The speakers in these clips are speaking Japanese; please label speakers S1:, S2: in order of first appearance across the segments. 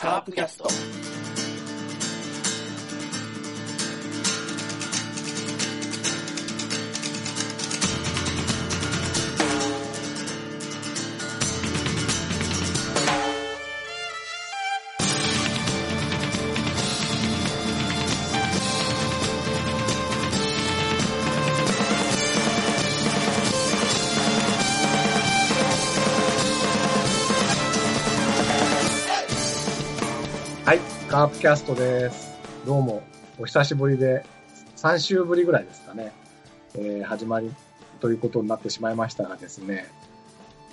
S1: カープキャスト。
S2: はい、カープキャストです。どうも、お久しぶりで、3週ぶりぐらいですかね、えー始まりということになってしまいましたがですね、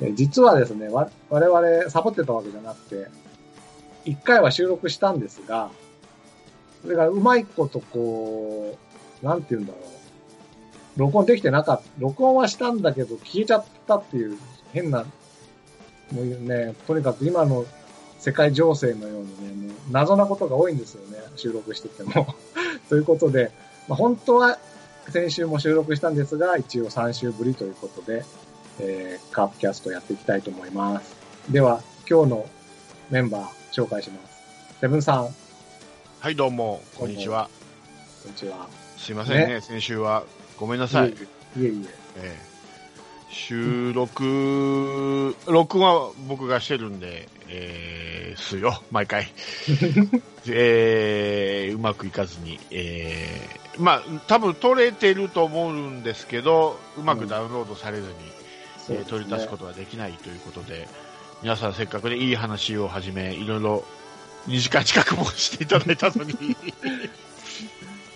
S2: えー実はですね、わ我々サボってたわけじゃなくて、1回は収録したんですが、それがうまいことこう、なんて言うんだろう、録音できてなかった、録音はしたんだけど消えちゃったっていう変な、もうね、とにかく今の世界情勢のようにね、もう謎なことが多いんですよね、収録してても。 ということで、まあ、本当は先週も収録したんですが、一応3週ぶりということで、えー、カープキャストやっていきたいと思います。では、今日のメンバー紹介します。セブンさん、こ
S3: はい、どうも、こんにちは。
S2: んにちは。
S3: すいませんね、先週は。ごめんなさい。
S2: いえいえ。
S3: ええ収録、録音は僕がしてるんで、えー、すよ、毎 回。えー、うまくいかずに、えー、まあ、多分撮れてると思うんですけど、うまくダウンロードされずに、
S2: そう
S3: え
S2: ですね
S3: ー取り出すことができないということで、皆さんせっかくでいい話をはじめ、いろいろ2時間近くもしていただいたの に、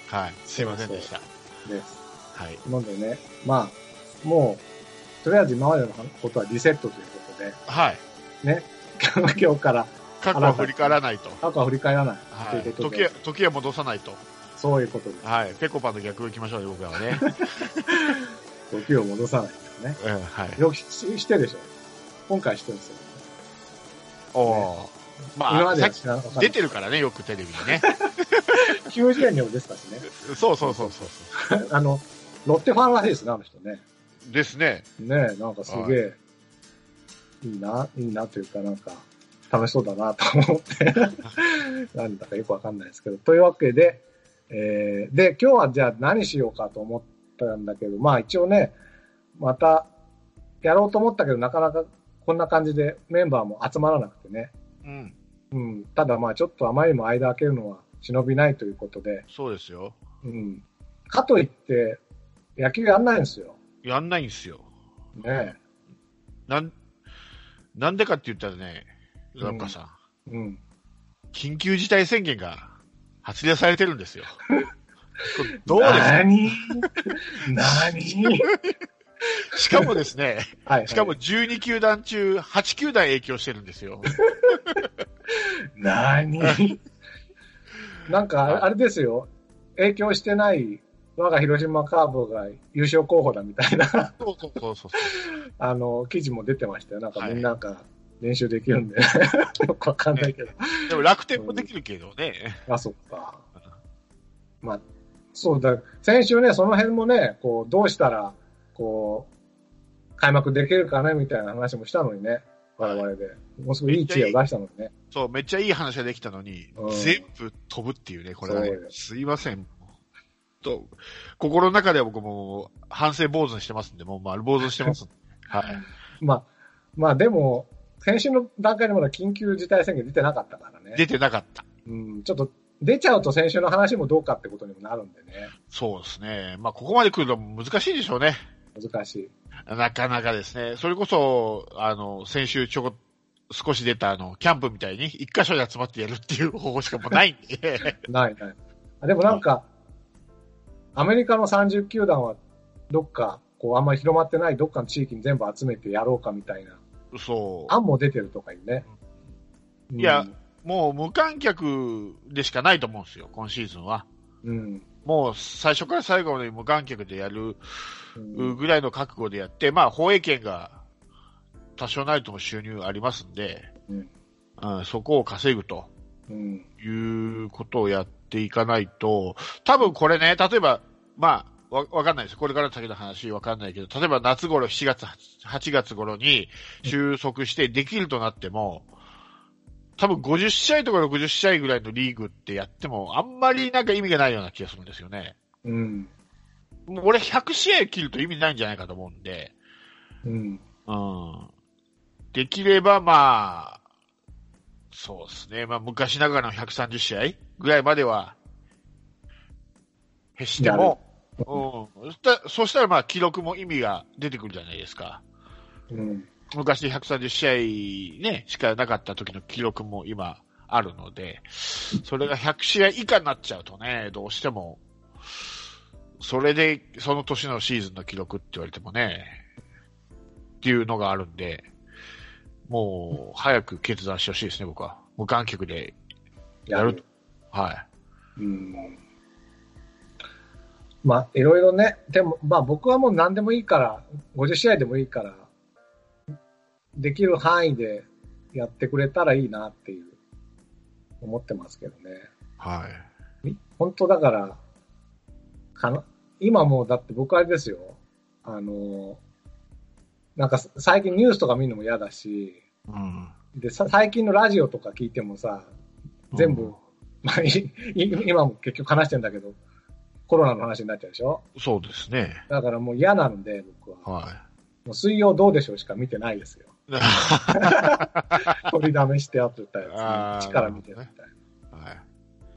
S3: はい、すいませんでした。
S2: です。
S3: はい、
S2: なんでね、まあ、もう、とりあえず今までのことはリセットということで、
S3: はい、
S2: ね、今日から
S3: 過去は振り返らないと。
S2: 過去は振り返らない
S3: は
S2: とい
S3: い、
S2: うこと
S3: 時
S2: で、
S3: へ時へ戻さないと、
S2: そういうことです。
S3: はい、ペコパの逆を行きましょうね、僕らは ね。
S2: 時を戻さないですね。
S3: うん、はい、
S2: よくししてでしょ。今回してるんですよ。
S3: おお、
S2: 今
S3: ま
S2: ま
S3: あ、
S2: で
S3: さ
S2: は
S3: っき
S2: 知らなかった。
S3: 出てるからね、よくテレビに ね。
S2: 90円料でしたしね。
S3: そうそうそうそう
S2: あの、ロッテファンらしいですね、あの人ね。
S3: ですね。
S2: ねえ、なんかすげえ、いいな、いいなというか、なんか、楽しそうだなと思 って、なんだかよくわかんないですけど。というわけで、えー、で、今日はじゃあ何しようかと思ったんだけど、まあ一応ね、また、やろうと思ったけど、なかなかこんな感じでメンバーも集まらなくてね。
S3: うん、
S2: うん、ただまあちょっとあまりにも間開けるのは忍びないということで、
S3: そうですよ。
S2: うん。かといって、野球やんないんですよ。
S3: やんないんですよ。
S2: ね
S3: なん、なんでかって言ったらね、ラッカさん、
S2: え。うん。
S3: 緊急事態宣言が発令されてる んですよ。これどうですか
S2: 何何
S3: しかもですね、
S2: はい。
S3: しかも、12球団中8球団影響してるんですよ。
S2: 何なんか、あれですよ。影響してない、我が広島カープが優勝候補だみたいな、
S3: そうそうそうそう。
S2: あの、記事も出てましたよ。なんか
S3: はい
S2: みんなが練習できる んで、よくわかんないけど。
S3: でも楽天もできるけどね。
S2: あ、そっか。まあ、そうだ、先週ね、その辺もね、こう、どうしたら、こう、開幕できるかね、みたいな話もしたのにね、我々で。もうすごいいい知恵を出したのにね。
S3: そう、めっちゃいい話ができたのに、
S2: うん
S3: 全部飛ぶっていうね、これはね
S2: そう。よ
S3: すいません。と、心の中では僕も反省坊主にしてますんで、もう丸坊主にしてます。はい。
S2: まあ、まあでも、先週の段階でまだ緊急事態宣言出てなかったからね。
S3: 出てなかった。
S2: うん、ちょっと、出ちゃうと先週の話もどうかってことにもなるんでね。
S3: そうですね。まあ、ここまで来るのは難しいでしょうね。
S2: 難しい。
S3: なかなかですね。それこそ、あの、先週ちょこ、少し出たあの、キャンプみたいに、一箇所で集まってやるっていう方法しかもうないん で。
S2: ないない。あでもなんか、アメリカの30球団は、どっか、こう、あんまり広まってないどっかの地域に全部集めてやろうかみたいな
S3: そ
S2: 案も出てるとかいうね。うん
S3: いや、う。もう無観客でしかないと思うんですよ、今シーズンは。
S2: うん。
S3: もう最初から最後まで無観客でやる
S2: うん
S3: ぐらいの覚悟でやって、まあ、放映権が多少なりとも収入ありますんで、
S2: うん
S3: うんそこを稼ぐと
S2: うん。
S3: いうことをやっていかないと、多分これね、例えば、まあ、わ、わかんないです。これから先の話わかんないけど、例えば夏頃、7月、8月頃に収束してできるとなっても、多分50試合とか60試合ぐらいのリーグってやっても、あんまりなんか意味がないような気がするんですよね。
S2: うん。
S3: もう俺100試合切ると意味ないんじゃないかと思うんで、
S2: うん。
S3: うん。できればまあ、そうですね。まあ昔ながらの130試合ぐらいまでは、へしても、うん。そしたそうしたらまあ記録も意味が出てくるじゃないですか。
S2: うん。
S3: 昔130試合ね、しかなかった時の記録も今あるので、それが100試合以下になっちゃうとね、どうしても、それでその年のシーズンの記録って言われてもね、っていうのがあるんで、もう早く決断してほしいですね、僕は。無観客で。
S2: やる。
S3: は
S2: うん。まあ、いろいろね、でも、まあ僕はもう何でもいいから、50試合でもいいから、できる範囲でやってくれたらいいなっていう、思ってますけどね。
S3: い。はい。
S2: 本当だから、かな、今もうだって僕あれですよ。あの、なんか最近ニュースとか見るのも嫌だし、
S3: うん。
S2: で、さ最近のラジオとか聞いてもさ、全部、
S3: うん
S2: まあ、いい今も結局話してんだけど、コロナの話になっちゃうでしょ
S3: そうですね。
S2: だからもう嫌なんで、僕は。
S3: はい。
S2: もう水曜どうでしょうしか見てないです よ。取りだめしてあったやつ、
S3: あー
S2: こっちから見てるみたいな。
S3: は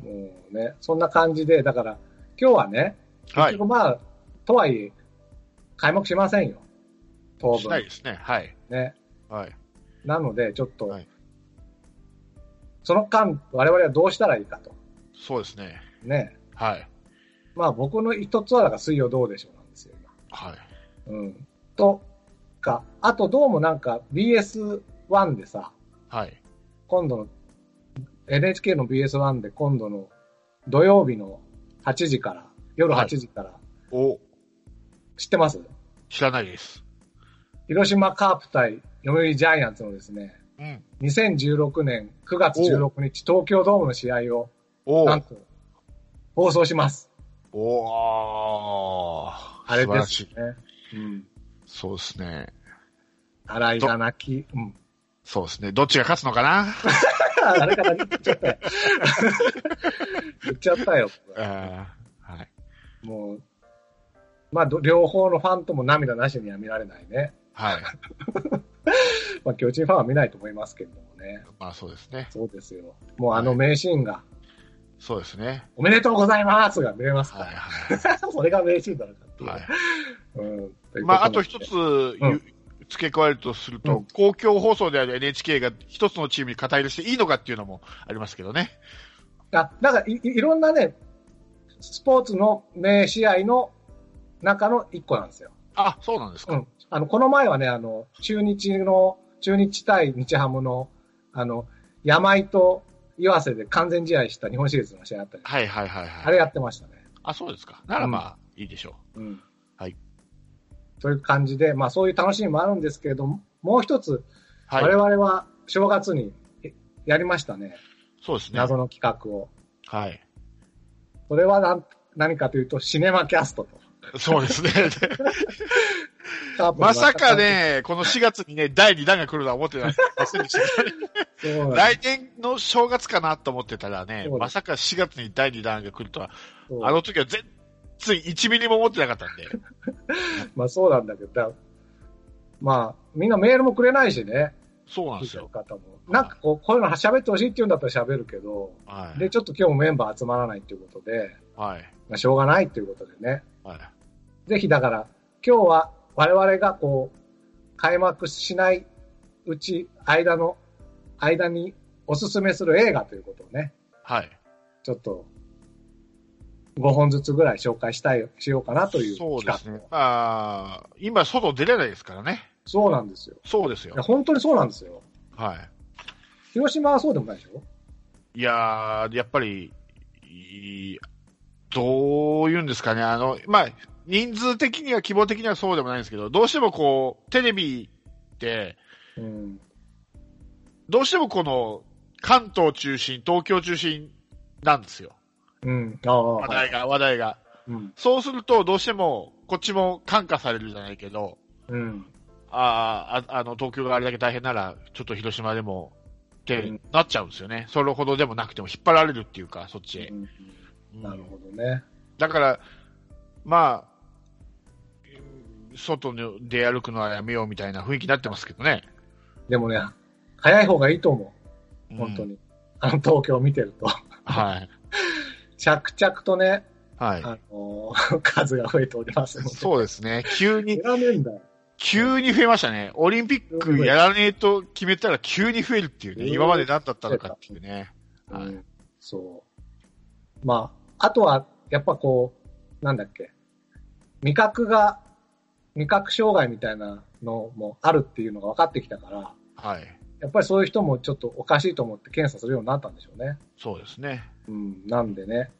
S3: い。
S2: もうね、そんな感じで、だから、今日はね、
S3: は
S2: 結
S3: い
S2: 局。まあ、とはいえ、開幕しませんよ。当
S3: しない
S2: 分。
S3: ですね。はい。
S2: ね。
S3: はい。
S2: なので、ちょっと、
S3: はい
S2: その間、我々はどうしたらいいかと。
S3: そうですね。
S2: ね。
S3: はい。
S2: まあ僕の一つは、だから水曜どうでしょうなんですよ、
S3: はい。
S2: 今。うん。とか、あとどうもなんか BS1 でさ、
S3: はい。
S2: 今度の、NHK の BS1 で今度の土曜日の8時から、夜8時から、
S3: お、
S2: 知ってます
S3: 知らないです。
S2: 広島カープ対読売ジャイアンツのですね、
S3: うん。
S2: 2016年9月16日、東京ドームの試合を、
S3: お
S2: なんと、放送します。
S3: お
S2: あれ
S3: 素晴
S2: で
S3: ら
S2: す
S3: しい。
S2: ね。うん。
S3: そうですね。
S2: 荒井が泣き。うん。
S3: そうですね。どっちが勝つのかな
S2: あれから言っちゃったよ。言っちゃったよ。
S3: あーはい。
S2: もう、まあ、ど両方のファンとも涙なしには見られないね。
S3: はい。
S2: まあ、巨人ファンは見ないと思いますけれどもね。
S3: まあそうですね。
S2: そうですよ。もうあの名シーンが、
S3: そうですね。
S2: おめでとうございますが見れます
S3: は
S2: か
S3: いは
S2: ら。それが名シーンなのかって
S3: い。
S2: いう。
S3: はい
S2: うん
S3: まああと一。
S2: というこなので
S3: つ言う、付け加えるとすると、
S2: うん
S3: 公共放送である NHK が一つのチームに肩入れしていいのかっていうのもありますけどね。
S2: あ、なんかい、いいろんなね、スポーツの名試合の中の一個なんですよ。
S3: あ、そうなんですか。
S2: うん。あの、この前はね、あの、中日の、中日対日ハムの、あの、山井と岩瀬で完全試合した日本シリーズの試合あったり、
S3: はいはいはいはい。
S2: あれやってましたね。
S3: あ、そうですか。ならまあ、いいでしょ
S2: うん。
S3: はい。
S2: という感じで、まあそういう楽しみもあるんですけれども、もう一つ、
S3: う。はい。
S2: 我々は正月にえやりましたね。
S3: そうですね。
S2: 謎の企画を。
S3: はい。
S2: それは何何かというと、シネマキャストと。
S3: そうですね。
S2: カープの
S3: まさか。ね、この4月にね、第2弾が来るとは思ってない。
S2: そうなんです
S3: 来年の正月かなと思ってたらね
S2: そうで、す
S3: まさか4月に第2弾が来るとは、
S2: そう
S3: あの時は全然1ミリも思ってなかったんで。
S2: まあそうなんだけど、だまあみんなメールもくれないしね、
S3: そうなん
S2: 聞
S3: で
S2: い
S3: す
S2: てる
S3: よ。
S2: 方も。なんかこう、こういうの喋ってほしいって言うんだったら喋るけど、
S3: はい。
S2: で、ちょっと今日もメンバー集まらないということで、
S3: はい。
S2: まあしょうがないということでね、
S3: はい。
S2: ぜひだから今日は我々がこう、開幕しないうち、間の、間におすすめする映画ということをね、
S3: はい。
S2: ちょっと、5本ずつぐらい紹介したい、しようかなという企
S3: そうで
S2: 画。
S3: すね。まあ、今外出れないですからね。
S2: そうなんですよ。
S3: そうですよ
S2: いや、。本当にそうなんですよ。
S3: は
S2: 広島はそうでもないでしょ
S3: い。いやー、やっぱり、いいどういうんですかね。あの、まあ、人数的には希望的にはそうでもないんですけど、どうしてもこう、テレビって、
S2: うん。
S3: どうしてもこの関東中心、東京中心なんですよ。
S2: うん。ああ、
S3: 話
S2: はい
S3: 題が、話題が。
S2: うん。
S3: そうすると、どうしても、こっちも感化されるじゃないけど、
S2: うん。
S3: あーあ、あの、東京があれだけ大変なら、ちょっと広島でも、って
S2: うん
S3: なっちゃうんですよね。それほどでもなくても引っ張られるっていうか、そっちへ。
S2: うんなるほどね。
S3: だから、まあ、外で歩くのはやめようみたいな雰囲気になってますけどね。
S2: でもね、早い方がいいと思う。
S3: うん
S2: 本当に。あの、東京を見てると。
S3: はい。
S2: 着々とね、
S3: はい。
S2: あの ー数が増えておりますので。
S3: そうですね。急
S2: い
S3: に、
S2: らねえんだよ。
S3: 急に増えましたね。オリンピックやらねえと決めたら急に増えるっていうね。今まで何だったのかっていうね。は
S2: う
S3: い。
S2: んそう。まあ、あとは、やっぱこう、なんだっけ、味覚が、味覚障害みたいなのもあるっていうのが分かってきたから、
S3: はい。
S2: やっぱりそういう人もちょっとおかしいと思って検査するようになったんでしょうね。
S3: そうですね。
S2: うん、なんでね。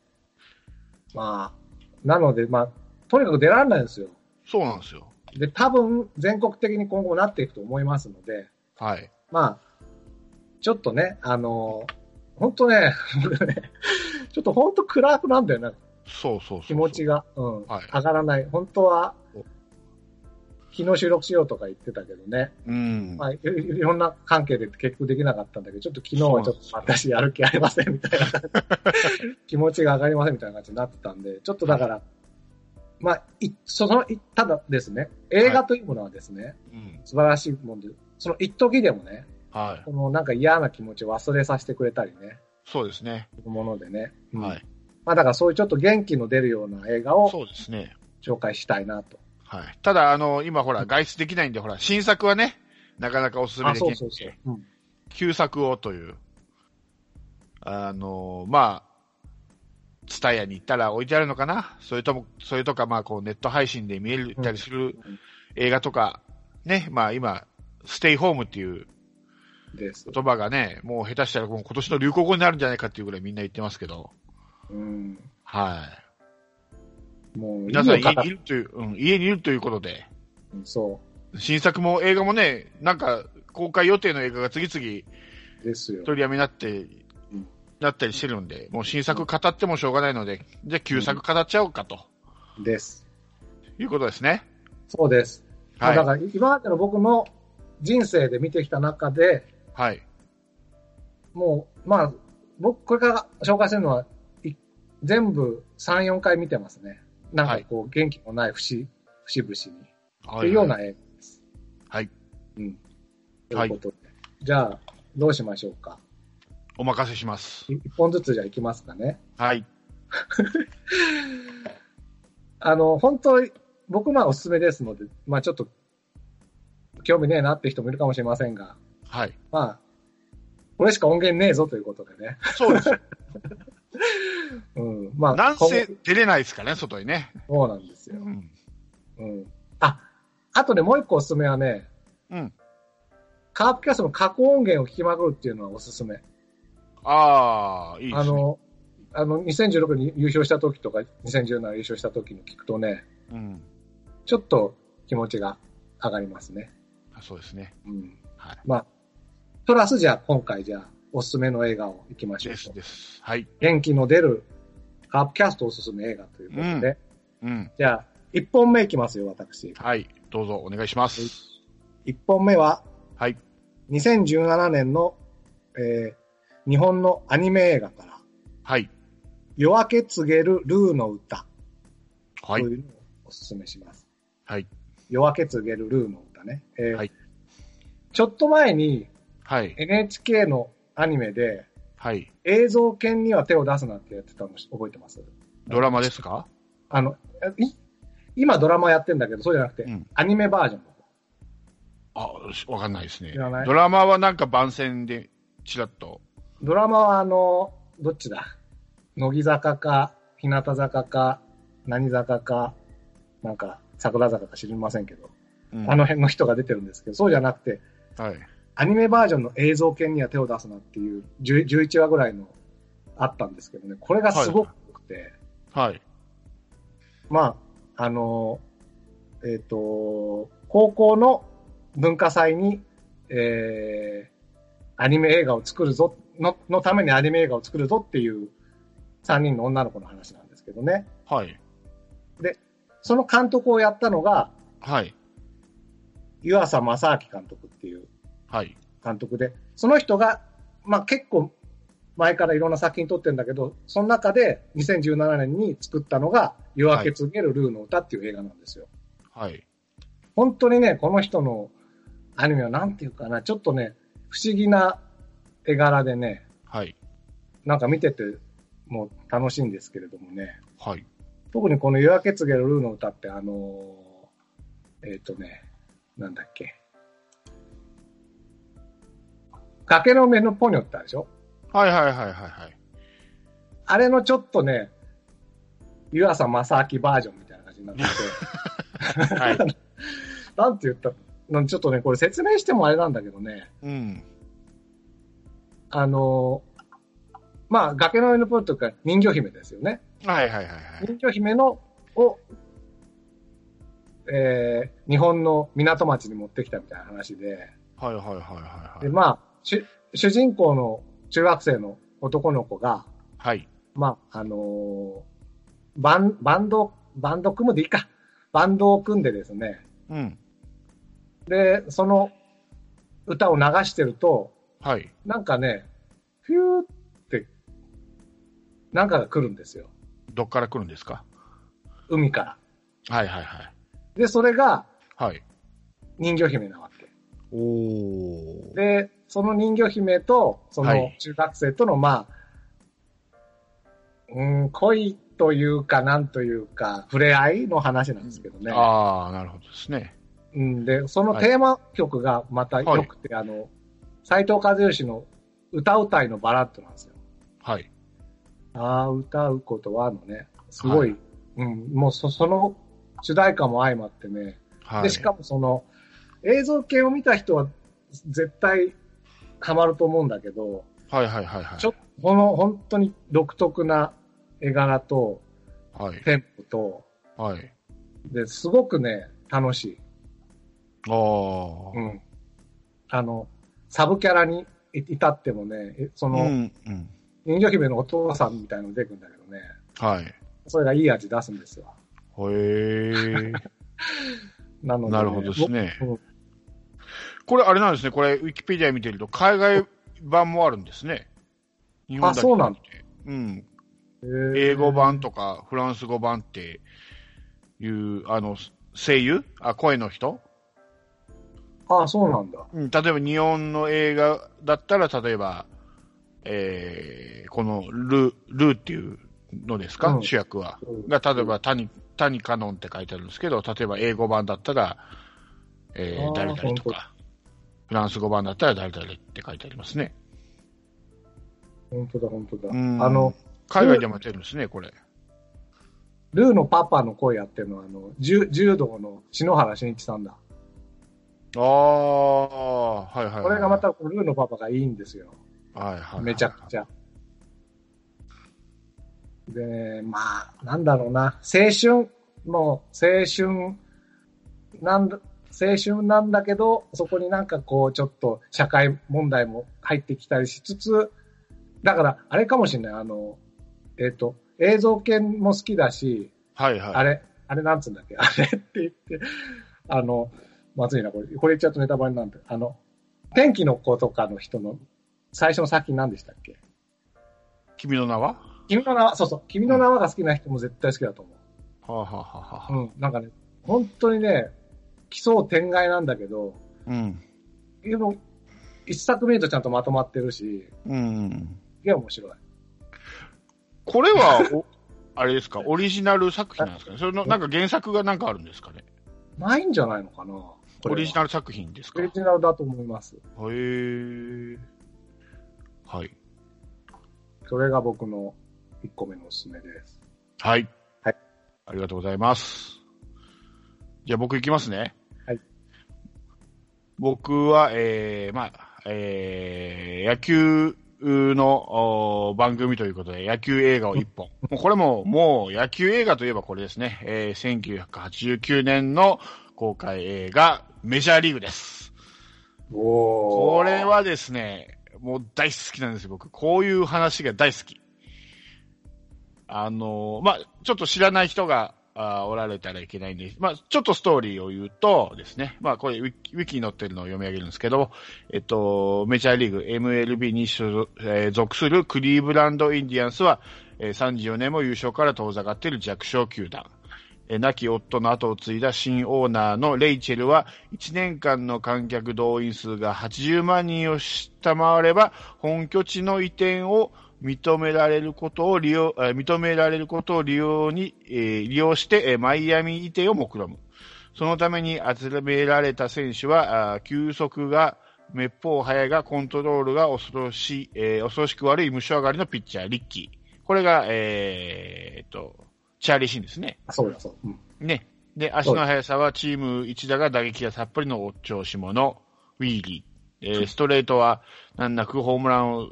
S2: まあ、なので、まあ、とにかく出られないんですよ。
S3: そうなんですよ。
S2: で、多分、全国的に今後なっていくと思いますので、
S3: はい。
S2: まあ、ちょっとね、あのー、本当ね、 僕ね、ちょっと本当暗くなんだよね、
S3: そうそうそうそう。
S2: 気持ちが、うん、
S3: はい
S2: 上がらない。本当は
S3: お、
S2: 昨日収録しようとか言ってたけどね、
S3: うん。
S2: まあ、いいろんな関係で結局できなかったんだけど、ちょっと昨日はちょっと
S3: そうなんで
S2: 私やる気ありませんみたい な、気持ちが上がりませんみたいな感じになってたんで、ちょっとだから、まあ、いその、いただですね、映画というものはですね、
S3: うん。
S2: 素晴らしいもんで、その一時でもね、
S3: はい。
S2: このなんか嫌な気持ちを忘れさせてくれたりね、
S3: そうですね。
S2: するものでね。うん
S3: はい。
S2: まあだからそういうちょっと元気の出るような映画を
S3: そうですね。
S2: 紹介したいなと。
S3: はい。ただ、あの、今ほら、外出できないんで、ほら、新作はね、なかなかおすすめ
S2: あ、
S3: でき
S2: そ
S3: な
S2: う
S3: い
S2: そ
S3: ん
S2: うそう
S3: で、。
S2: うん。
S3: 旧作をという、あの、まあ、ツタヤに行ったら置いてあるのかなそれとも、それとか、まあ、こう、ネット配信で見えたりする
S2: うん
S3: 映画とか、ね、まあ、今、ステイホームっていう
S2: です。
S3: 言葉がね、もう下手したらもう今年の流行語になるんじゃないかっていうぐらいみんな言ってますけど、
S2: うん。
S3: はい。
S2: もう、
S3: 皆さん
S2: いいよ
S3: 家
S2: 方
S3: にいるという、うん、家にいるということで、
S2: そ
S3: 新作も映画もね、なんか公開予定の映画が次々
S2: う。ですよ。
S3: 取りやめになって
S2: うん、
S3: なったりしてるんで、もう新作語ってもしょうがないので、じゃあ旧作語っちゃおうかと
S2: です。
S3: いうことですね。
S2: そうです。まあだ
S3: は
S2: から今までの僕の人生で見てきた中で、
S3: い。はい。
S2: もう、まあ、僕、これから紹介するのは、い全部3、4回見てますね。なんかこう、元気のない節、節々に。というような映画です。
S3: はい。
S2: うん。と
S3: はいいう
S2: ことで。じゃあ、どうしましょうか。
S3: お任せします
S2: い。一本ずつじゃあ行きますかね。
S3: はい。
S2: あの、本当に僕のはおすすめですので、まあちょっと、興味ねえなって人もいるかもしれませんが、
S3: はい。
S2: まあ、これしか音源ねえぞということでね。
S3: そ うです。
S2: うん。まあ、
S3: なんせ
S2: 今後
S3: 出れないですからね、外にね。
S2: そうなんです
S3: う
S2: よ。
S3: ん。
S2: うん。あ、あとね、もう一個おすすめはね、
S3: うん。
S2: カープキャストの過去音源を聞きまくるっていうのはおすすめ。
S3: ああ、いいで
S2: あ
S3: すね。
S2: の、あの、2016に優勝した時とか、2017優勝した時に聞くとね、
S3: うん。
S2: ちょっと気持ちが上がりますね。
S3: そうですね。
S2: うん。
S3: はい。
S2: まあ、プラスじゃあ今回じゃあおすすめの映画を行きましょ
S3: で
S2: う
S3: す
S2: と。
S3: です。はい。
S2: 元気の出るカープキャストおすすめ映画ということで、
S3: うんうん。
S2: じゃあ1本目いきますよ、私。
S3: はい。どうぞお願いします。
S2: 1本目は
S3: はい。
S2: 2017年の、えー日本のアニメ映画から、
S3: はい。
S2: 夜明け告げるルーの歌と
S3: はいい。
S2: うのをおすすめします。
S3: はい。
S2: 夜明け告げるルーの歌ね。えー
S3: はい
S2: ちょっと前に
S3: はい。
S2: NHK のアニメで
S3: はい。
S2: 映像犬には手を出すなってやってたの覚えてます
S3: ドラマですか
S2: あの、い今ドラマやってんだけど、そうじゃなくて、
S3: うん
S2: アニメバージョンの方。
S3: あ、しわかんないですね。
S2: 知らない
S3: ドラマはなんか番宣で、ちらっと。
S2: ドラマはあの、どっちだ乃木坂か、日向坂か、何坂か、なんか桜坂か知りませんけど、
S3: うん
S2: あの辺の人が出てるんですけど、そうじゃなくて、
S3: はい。
S2: アニメバージョンの映像犬には手を出すなっていう10 11話ぐらいのあったんですけどね、これがすごく良くて、
S3: はい。
S2: まあ、あの、えっ、と、高校の文化祭に、えー、アニメ映画を作るぞ、の、のためにアニメ映画を作るぞっていう3人の女の子の話なんですけどね。
S3: はい。
S2: その監督をやったのが、
S3: はい。
S2: 湯浅正明監督っていう
S3: はい。
S2: 監督で、その人が、まあ結構前からいろんな作品撮ってるんだけど、その中で2017年に作ったのが、夜明け告げるルーの歌っていう映画なんですよ。
S3: はい。
S2: 本当にね、この人のアニメはなんていうかな、ちょっとね、不思議な絵柄でね、
S3: はい。
S2: なんか見てても楽しいんですけれどもね、
S3: はい。
S2: 特にこの夜明け告げるルーの歌って、あのーえっ、とね、なんだっけ。崖の目のポニョってあるでしょ
S3: はい。はい。はい。はい。はい。
S2: あれのちょっとね、湯浅正明バージョンみたいな感じになってて、
S3: はい。
S2: なんて言ったのちょっとね、これ説明してもあれなんだけどね、
S3: うん。
S2: あのーまあ、崖の上のポニョというか人魚姫ですよね。
S3: はい。はい。はい。はい。
S2: 人魚姫の、を、えー日本の港町に持ってきたみたいな話で、
S3: はい。はい。はい。はい。
S2: で、
S3: はい。
S2: まあ、主主人公の中学生の男の子が、
S3: はい。
S2: まあ、あのーバン、バンド、バンド組むでいいか。バンドを組んでですね。
S3: うん。
S2: で、その歌を流してると、
S3: はい。
S2: なんかね、フューって、なんかが来るんですよ。
S3: どっから来るんですか
S2: 海から。
S3: はい。はい。はい。
S2: で、それが
S3: はい。
S2: 人魚姫なわけ。
S3: おー。
S2: で、その人魚姫と、そ
S3: は
S2: の
S3: い
S2: 中学生との、まあ、うん、恋というか、なんというか、触れ合いの話なんですけどね。
S3: ああ、なるほどですね。
S2: うん、で、そのテーマ曲がまた良くて、あの、斎藤和義の歌うたいのバラッドなんですよ。
S3: はい。
S2: ああ、歌うことはのね、すごい、
S3: は
S2: うん、もうそその主題歌も相まってね、
S3: はい。
S2: で、しかもその、映像系を見た人は絶対ハマると思うんだけど、
S3: はい。はい。はい。はい。
S2: ちょっとこの本当に独特な絵柄と
S3: はい。
S2: テンポと、
S3: はい。
S2: で、すごくね、楽しい。
S3: ああ。
S2: うん。あの、サブキャラに至ってもね、えその、
S3: ん。うん。
S2: 人魚姫のお父さんみたいなの出てくるんだけどね、
S3: はい。
S2: それがいい味出すんですよ。
S3: へえ。
S2: なので、
S3: なるほどです
S2: 僕
S3: ね
S2: うん。
S3: これあれなんですね。これウィキペディア見てると海外版もあるんですね。日本だけじゃくてうん。
S2: えー
S3: 英語版とかフランス語版っていう、あの、声優あ、声の人、
S2: あ、そうなんだ。
S3: うん、例えば日本の映画だったら、例えば、えー、このル、ルーっていうのですか、
S2: うん
S3: 主役は。
S2: うん
S3: が、例えば谷、谷カノンって書いてあるんですけど、例えば英語版だったら、え
S2: あ
S3: ー、
S2: ー
S3: 誰々とか、フランス語版だったら誰々って書いてありますね。
S2: 本当だ、本当だ。
S3: うん
S2: あの、
S3: 海外でもやってるんですね、これ。
S2: ルーのパパの声やってるのは、あの、柔柔道の篠原慎一さんだ。
S3: ああ、はいはい、はい。
S2: これがまた、ルーのパパがいいんですよ。
S3: はいはい。
S2: めちゃくちゃ。でね、まあ、なんだろうな、青春の青春なんだ、青春なんだけど、そこになんかこう、ちょっと社会問題も入ってきたりしつつ、だから、あれかもしれない、あの、えっ、と、映像系も好きだし、
S3: はいはい。
S2: あれ、あれなんつうんだっけ、あ れって言って、あの、まずいな、これ、これ言っちゃうとネタバレなんで、あの、天気の子とかの人の最初の作品何でしたっけ
S3: 君の名はは
S2: 君の名は、そうそう、君の名はが好きな人も絶対好きだと思
S3: あ、はあはあはあ、
S2: う。うん、なんかね、本当にね、奇想天外なんだけど、
S3: うん。
S2: でも、一作目とちゃんとまとまってるし、
S3: うん。
S2: いや面白い。
S3: これは、お あれですか、オリジナル作品なんですかねそれの、なんか原作がなんかあるんですかね
S2: ないんじゃないのかな
S3: オリジ
S2: ル
S3: ナル作品です
S2: オ
S3: かへ
S2: リジナルだと思います。
S3: え。はい。
S2: それが僕の1個目のおすすめです。
S3: はい。
S2: はい。
S3: ありがとうございます。じゃあ僕行きますね。
S2: はい。
S3: 僕は、えー、まあ、えー、野球のおー番組ということで、野球映画を 一本。もうこれも、もう野球映画といえばこれですね。えー、1989年の公開映画、メジャーリーグです。
S2: お
S3: これ、はですね、もう大好きなんですよ、僕。こういう話が大好き。あのーまあ、ちょっと知らない人があーおられたらいけないんで、まあ、ちょっとストーリーを言うとですね、まあ、これウィキ、ウィキに載ってるのを読み上げるんですけども、えっと、メジャーリーグ MLB に所属えー属するクリーブランドインディアンスは、えー34年も優勝から遠ざかっている弱小球団。えー亡き夫の後を継いだ新オーナーのレイチェルは、1年間の観客動員数が80万人を下回れば、本拠地の移転を認められることを利用、えー認められることを利用に、えー利用して、えーマイアミ移転を目論む。そのために集められた選手は、あー球速が滅法早いがコントロールが恐ろしい、えー恐ろしく悪い無償上がりのピッチャー、リッキー。これが、えーえっと、チャーリーシーンですね。
S2: あそうだそう。うん。
S3: ね。で、足の速さはチーム一打が打撃がさっぱりのお調子者、ウィーリー。えーストレートは難なくホームランを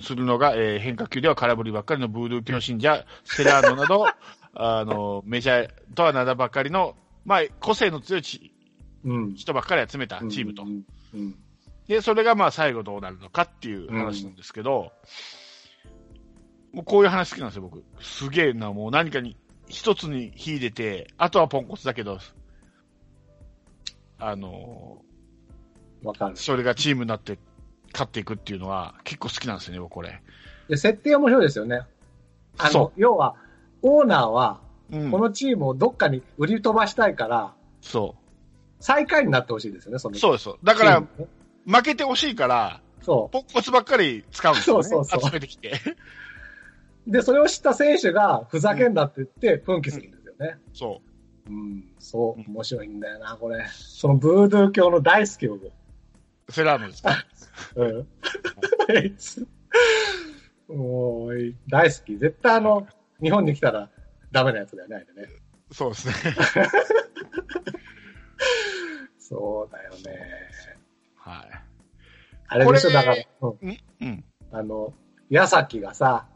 S3: するのが、えー変化球では空振りばっかりのブードゥーピの信者、セラーノなど、あの、メジャーとは名だばかりの、まあ、個性の強いち
S2: うん。
S3: 人ばっかり集めたチームと
S2: う。ん。うん
S3: で、それがまあ最後どうなるのかっていう話なんですけど、もうこういう話好きなんですよ、僕。すげえな、もう何かに、一つに秀でて、あとはポンコツだけど、あの
S2: わかる
S3: ー、。それがチームになって勝っていくっていうのは結構好きなんですよね、僕これ。
S2: で、設定面白いですよね。あの
S3: そ、
S2: 要は、オーナーは、
S3: う。うん
S2: こ、のチームをどっかに売り飛ばしたいから、
S3: そ
S2: 最下位になってほしいですよね、その。
S3: う。そうですよ。だ
S2: う
S3: から、負けてほしいから、
S2: そ
S3: ポンコツばっかり使うんですよ、ね。
S2: そうそうそう
S3: 集めてきて。
S2: う。で、それを知った選手が、ふざけんなって言って、奮起するんですよね。
S3: そ
S2: うん、そう、面白いんだよな、これ。そのブードゥー教の大好き僕。
S3: う。セラーノですか。
S2: うん。あいつ もう、大好き。絶対あの、日本に来たらダメなやつだよね、あれね。
S3: そうですね。
S2: そうだよね。
S3: はい。
S2: あれでしょ、
S3: これ
S2: だから、うん、
S3: うん。
S2: あの、矢崎がさ、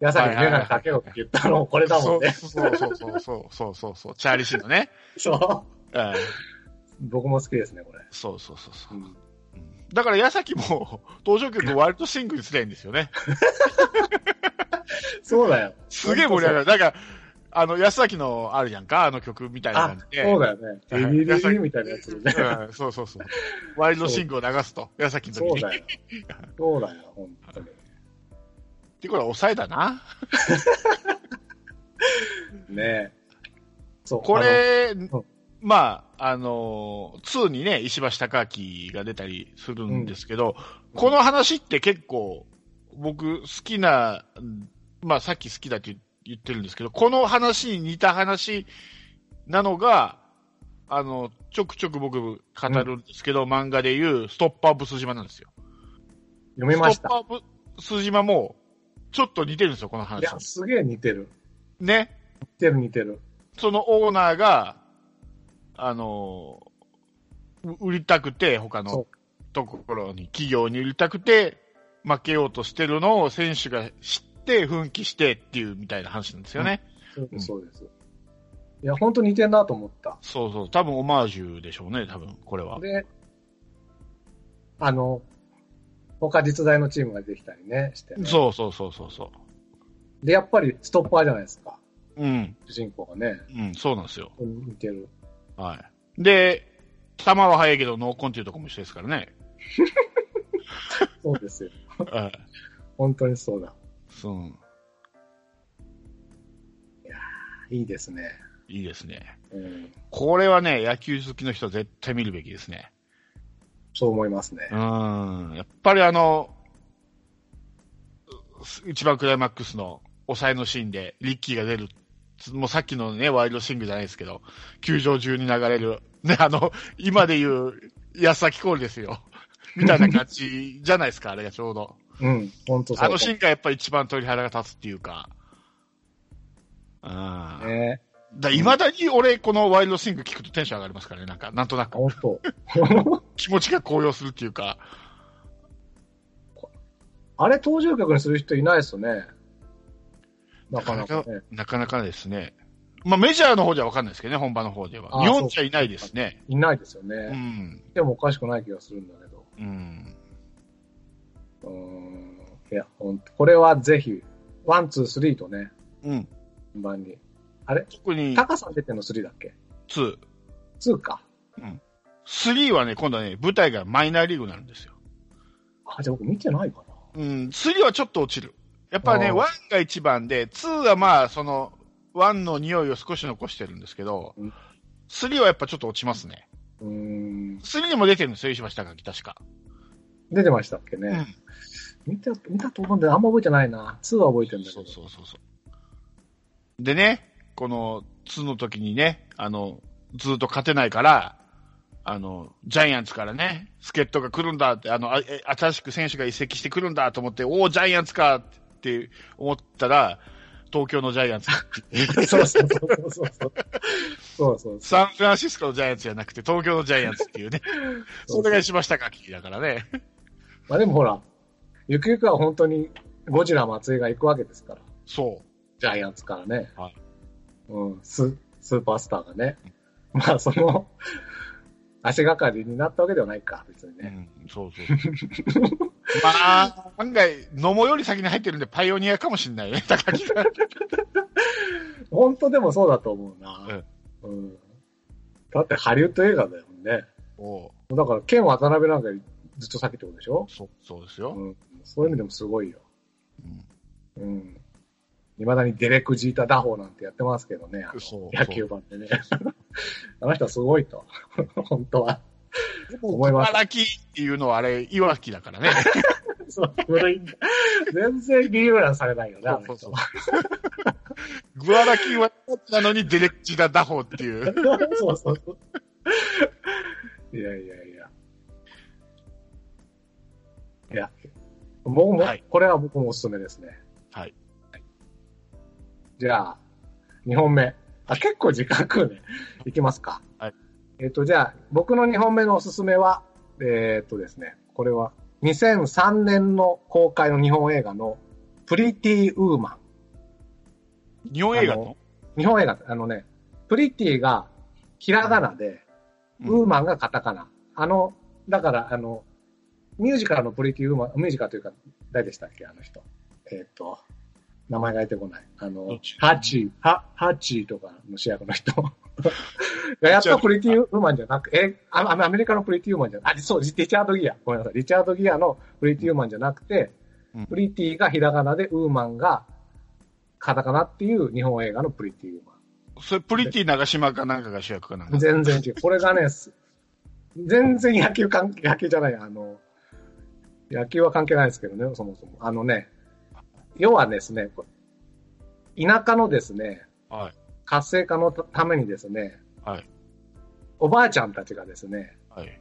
S2: 矢崎に
S3: はいは
S2: 眼
S3: いはい
S2: 鏡かけろって言ったのもこれだもんね。
S3: そうそうそうそうそうそうそう。チャーリーシーンのね。
S2: そう。
S3: うん。
S2: 僕も好きですね、これ。
S3: そうそうそうそうう。
S2: ん
S3: だから矢崎も 登場曲割とシングルすりゃいいんですよね。
S2: そうだよ。
S3: すげえ盛り上がる。だから、あの、矢崎のあるじゃんか、あの曲みたいな
S2: あ
S3: 感、じで。
S2: そうだよね。
S3: はい
S2: ビビビビみたいなやつでね。
S3: うん、そうそうそう。ワイルドシングを流すと、矢崎の時
S2: そう
S3: に。っ
S2: だよ。そうだよ、本当に。
S3: てことは抑えだな。
S2: ねえ。そう。
S3: これ
S2: うん、
S3: まあ、あのー、2にね、石橋貴明が出たりするんですけど、
S2: うん
S3: この話って結構、僕好きな、うんまあさっき好きだって言ってるんですけど、この話に似た話なのが、あの、ちょくちょく僕語るんですけど、漫画でいうストッパーブス島なんですよ。
S2: あの読みまし
S3: スト
S2: た。
S3: ッパーブス島も、ちょっと似てるんですよ、この
S2: い
S3: 話
S2: や、すげえ似てる。
S3: ね。
S2: 似てる似てる。
S3: そのオーナーが、あのーう売りたくて、他の
S2: そ
S3: ところに、企業に売りたくて、負けようとしてるのを選手が知って、奮起してっていうみたいな話なんですよね。
S2: そう
S3: う
S2: で
S3: ん
S2: す、そうです。いや、本当似てんなと思った。
S3: そうそう。多分オマージュでしょうね、多分、これは。
S2: で、あの、他実在のチームができたりね、してね。
S3: そうそうそうそうそ
S2: で、やっぱりストッパーじゃないですか。
S3: う。うん。
S2: 主人公がね。
S3: うん、そうなんですよ。
S2: うん似てる。
S3: はい。で、球は速いけど、ノーコンっていうとこも一緒ですからね。
S2: そうですよ。
S3: うん
S2: 本当にそうだ。
S3: そう。
S2: いいですね。
S3: いいですね。
S2: うん。
S3: これはね、野球好きの人は絶対見るべきですね。
S2: そう思いますね
S3: う。ーんやっぱりあの、う一番クライマックスの抑えのシーンでリッキーが出る。もうさっきのね、ワイルドシングじゃないですけど、球場中に流れる、ね、あの、今で言う、安崎コールですよ。みたいな感じじゃないですか、あれがちょうど。
S2: うん。本当そう。
S3: あのシーンがやっぱ一番鳥肌が立つっていうか。ああ。
S2: ね。
S3: だいまだに俺、このワイルドシング聞くとテンション上がりますからね、なんか、なんとなく。
S2: 本当。
S3: 気持ちが高揚するっていうか。
S2: あれ登場曲にする人いないですよね。なかなかね。
S3: なかなかですね。まあメジャーの方じゃわかんないですけどね、本場の方では。
S2: あ
S3: 日本じゃいないですね。
S2: いないですよね。
S3: うん。
S2: でもおかしくない気がするんだけど。
S3: うん。
S2: うーん。いや、ほんと。これはぜひ、ワン、ツー、スリーとね、
S3: うん。
S2: 順番にあれ
S3: 特に
S2: 高さん出てんの3だっけ
S3: 2。
S2: ?2 か。
S3: 3はね、今度はね、舞台がマイナーリーグなんですよ。
S2: あ、じゃあ僕見てないかな。
S3: うん、3はちょっと落ちる。やっぱね、
S2: あー
S3: 1が一番で、2はまあ、その、1の匂いを少し残してるんですけど
S2: うん、
S3: 3はやっぱちょっと落ちますね。
S2: うーん。
S3: 3にも出てるんですよ、石橋貴明、確か。
S2: 出てましたっけね。見た、見たと思うんで、あんま覚えてないな。2は覚えてるんだけ
S3: そ
S2: ど
S3: う。そうそうそう。でね、この2の時にね、あの、ずっと勝てないから、あの、ジャイアンツからね、助っ人が来るんだって、あの、あえ新しく選手が移籍してくるんだと思って、おお、ジャイアンツかって思ったら、東京のジャ イアンツ。
S2: そう そうそうそうそう。そうそうそ
S3: サンフランシスコのジャイアンツじゃなくて、東京のジャイアンツっていうね。
S2: そう
S3: お願いしましたか、キだからね。
S2: う。まあでもほら、ゆくゆくは本当にゴジラ松井が行くわけですから。
S3: そ
S2: ジャイアンツからね。
S3: はい
S2: うん、ススーパースターがね。まあその、足がかりになったわけではないか、別に
S3: う。う
S2: ね。
S3: ん、そうそう。 まあ、案外、野茂より先に入ってるんで、パイオニアかもしれないね、高木が。
S2: 本当でもそうだと思うな。うん。だってハリウッド映画だよね。
S3: おう
S2: だから、ケン渡辺なんかよりずっと先ってことでしょ
S3: そう、そうですよ。
S2: うん。そういう意味でもすごいよ。
S3: うん
S2: うん。未だにデレク・ジータ・ダホーなんてやってますけどね。あの
S3: そう
S2: 野球版でね。 あの人はすごいと。 本当は。思います。
S3: 茨城っていうのはあれ、いわき だからね。
S2: そう、古いんだ。 全然ビリブラされないよね、あの
S3: そうそ
S2: 人
S3: う。グアラキはなのにデレッジがダホっていう。
S2: そうそうそう。いやいやいや。いや、もうも、
S3: はい
S2: これは僕もおすすめですね。
S3: はい。
S2: じゃあ、2本目。あ、結構時間食うね。いきますか。
S3: はい。
S2: えっ、と、じゃあ、僕の2本目のおすすめは、えっ、とですね、これは、2003年の公開の日本映画の、プリティウーマン。
S3: 日本映画
S2: あの
S3: の
S2: 日本映画、あのね、プリティがひらがなで、
S3: うん
S2: ウーマンがカタカナ。あの、だから、あの、ミュージカルのプリティウーマン、ミュージカルというか、誰でしたっけ、あの人。えーっ、と、名前が出てこない。あ
S3: ど
S2: の
S3: っち、
S2: ハッチー、ハハッチーとかの主役の 人。がやっぱプリティウーマンじゃなく、え、ああアメリカのプリティウーマンじゃなく、あ、そう、リリチャードギア。ごめんなさい。リチャードギアのプリティウーマンじゃなくて、
S3: うん
S2: プリティがひらがなで、ウーマンがカタカナっていう日本映画のプリティウーマン。
S3: それ、プリティ長島かなんかが主役かなんか。
S2: 全然違う。これがね、す全然野球関係、野球じゃない、あの、野球は関係ないですけどね、そもそも。あのね、要はですね、こう田舎のですね、
S3: はい。
S2: 活性化のたためにですね、
S3: はい。
S2: おばあちゃんたちがですね、
S3: はい。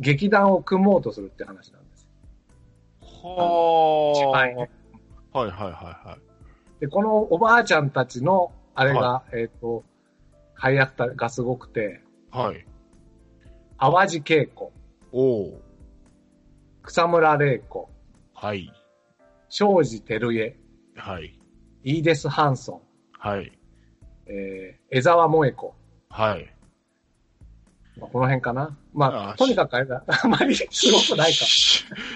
S2: 劇団を組もうとするって話なんです。
S3: ほー。
S2: は
S3: はいいはいはいはい。
S2: で、このおばあちゃんたちの、あれが、えっ、と、配役たがすごくて、
S3: はい。
S2: 淡路恵子、
S3: おー。
S2: 草村玲子、
S3: はい。
S2: 庄司照江、
S3: はい。
S2: イーデス・ハンソン、
S3: はい。
S2: えー江沢萌子。
S3: はい。
S2: まあ、この辺かな。まあ、
S3: あー
S2: とにかくあれ だ。あまりすごくないか。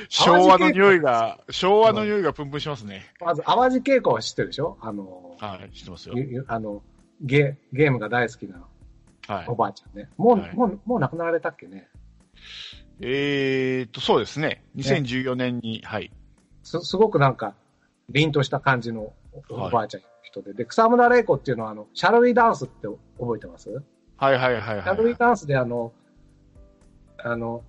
S3: 昭和の匂いが、昭和の匂いがプンプンしますね。
S2: まず、淡路稽古は知ってるでしょあの、
S3: はい。知ってますよ
S2: ゆ。ゆあのゲ、ゲームが大好きな
S3: はい
S2: お。ばあちゃんね。もう、
S3: はい
S2: もう、もう亡くなられたっけね。
S3: えーっと、そうですね。2014年に、はい。
S2: す、すごくなんか、凛とした感じのお
S3: はい
S2: おばあちゃんの人で。で、草村玲子っていうのは、あの、シャルウィダンスって覚えてます、
S3: はいはいはい
S2: シャルウ
S3: は
S2: ィダンスであの、あの、